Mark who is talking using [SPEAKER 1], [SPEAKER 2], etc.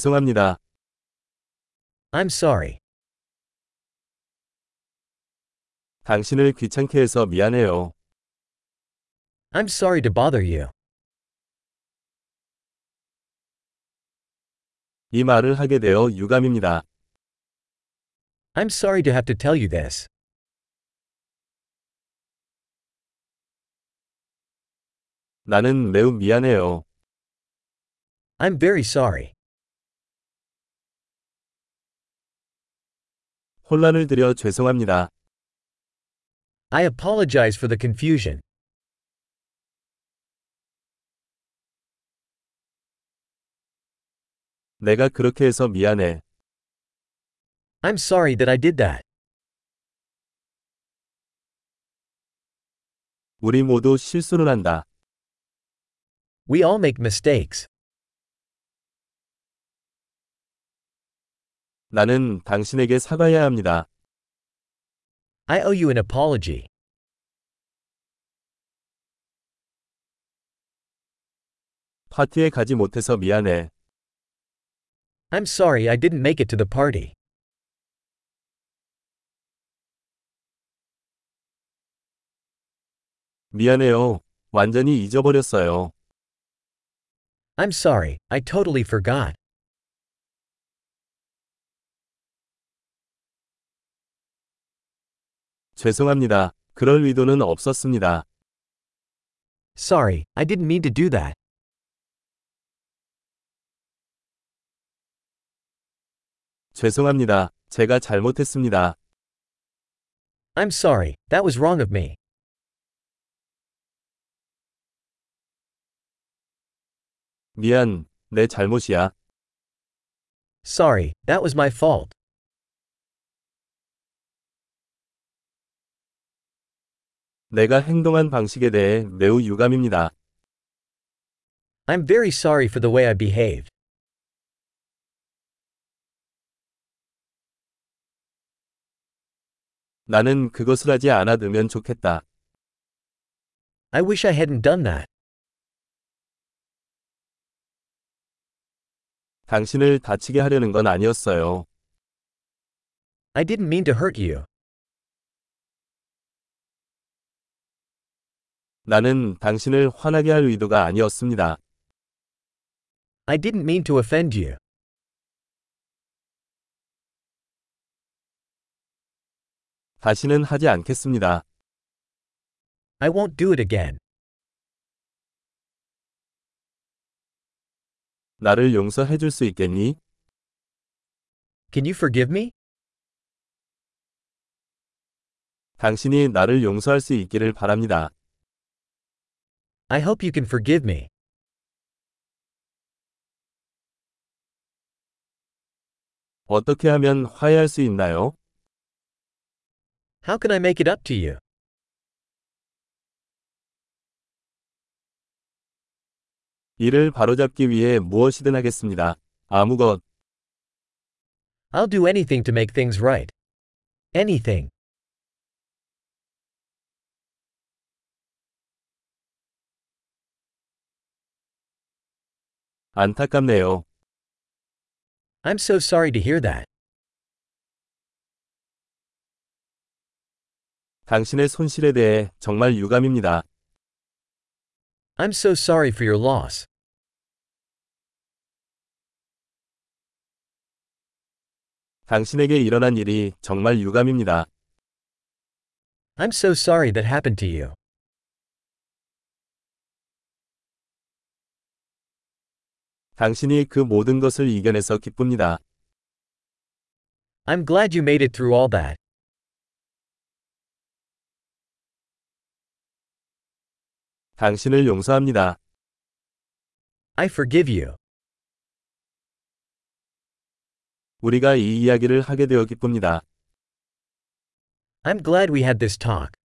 [SPEAKER 1] 죄송합니다.
[SPEAKER 2] I'm sorry.
[SPEAKER 1] 당신을 귀찮게 해서 미안해요.
[SPEAKER 2] I'm sorry to bother you.
[SPEAKER 1] 이 말을 하게 되어 유감입니다.
[SPEAKER 2] I'm sorry to have to tell you this.
[SPEAKER 1] 나는 매우 미안해요.
[SPEAKER 2] I'm very sorry.
[SPEAKER 1] 혼란을 드려 죄송합니다.
[SPEAKER 2] I apologize for the confusion.
[SPEAKER 1] 내가 그렇게 해서 미안해.
[SPEAKER 2] I'm sorry that I did that.
[SPEAKER 1] 우리 모두 실수를 한다.
[SPEAKER 2] We all make mistakes.
[SPEAKER 1] 나는 당신에게 사과해야 합니다.
[SPEAKER 2] I owe you an apology.
[SPEAKER 1] 파티에 가지 못해서 미안해.
[SPEAKER 2] I'm sorry I didn't make it to the party.
[SPEAKER 1] 미안해요. 완전히 잊어버렸어요.
[SPEAKER 2] I'm sorry, I totally forgot.
[SPEAKER 1] 죄송합니다. 그럴 의도는 없었습니다.
[SPEAKER 2] Sorry, I didn't mean to do that.
[SPEAKER 1] 죄송합니다. 제가 잘못했습니다.
[SPEAKER 2] I'm sorry, that was wrong of me.
[SPEAKER 1] 미안. 내 잘못이야.
[SPEAKER 2] Sorry, that was my fault.
[SPEAKER 1] 내가 행동한 방식에 대해 매우 유감입니다.
[SPEAKER 2] I'm very sorry for the way I behaved.
[SPEAKER 1] 나는 그것을 하지 않았으면 좋겠다.
[SPEAKER 2] I wish I hadn't done that.
[SPEAKER 1] 당신을 다치게 하려는 건 아니었어요.
[SPEAKER 2] I didn't mean to hurt you.
[SPEAKER 1] 나는 당신을 화나게 할 의도가 아니었습니다.
[SPEAKER 2] I didn't mean to offend you.
[SPEAKER 1] 다시는 하지 않겠습니다.
[SPEAKER 2] I won't do it again.
[SPEAKER 1] 나를 용서해 줄 수 있겠니?
[SPEAKER 2] Can you forgive me?
[SPEAKER 1] 당신이 나를 용서할 수 있기를 바랍니다.
[SPEAKER 2] I hope you can forgive me.
[SPEAKER 1] 어떻게 하면 화해할 수 있나요?
[SPEAKER 2] How can I make it up to you?
[SPEAKER 1] 이를 바로잡기 위해 무엇이든 하겠습니다. 아무것,
[SPEAKER 2] I'll do anything to make things right. Anything.
[SPEAKER 1] 안타깝네요.
[SPEAKER 2] I'm so sorry to hear that.
[SPEAKER 1] 당신의 손실에 대해 정말 유감입니다.
[SPEAKER 2] I'm so sorry for your loss.
[SPEAKER 1] 당신에게 일어난 일이 정말 유감입니다.
[SPEAKER 2] I'm so sorry that happened to you.
[SPEAKER 1] 당신이 그 모든 것을 이겨내서 기쁩니다.
[SPEAKER 2] I'm glad you made it through all that.
[SPEAKER 1] 당신을 용서합니다.
[SPEAKER 2] I forgive you.
[SPEAKER 1] 우리가 이 이야기를 하게 되어 기쁩니다.
[SPEAKER 2] I'm glad we had this talk.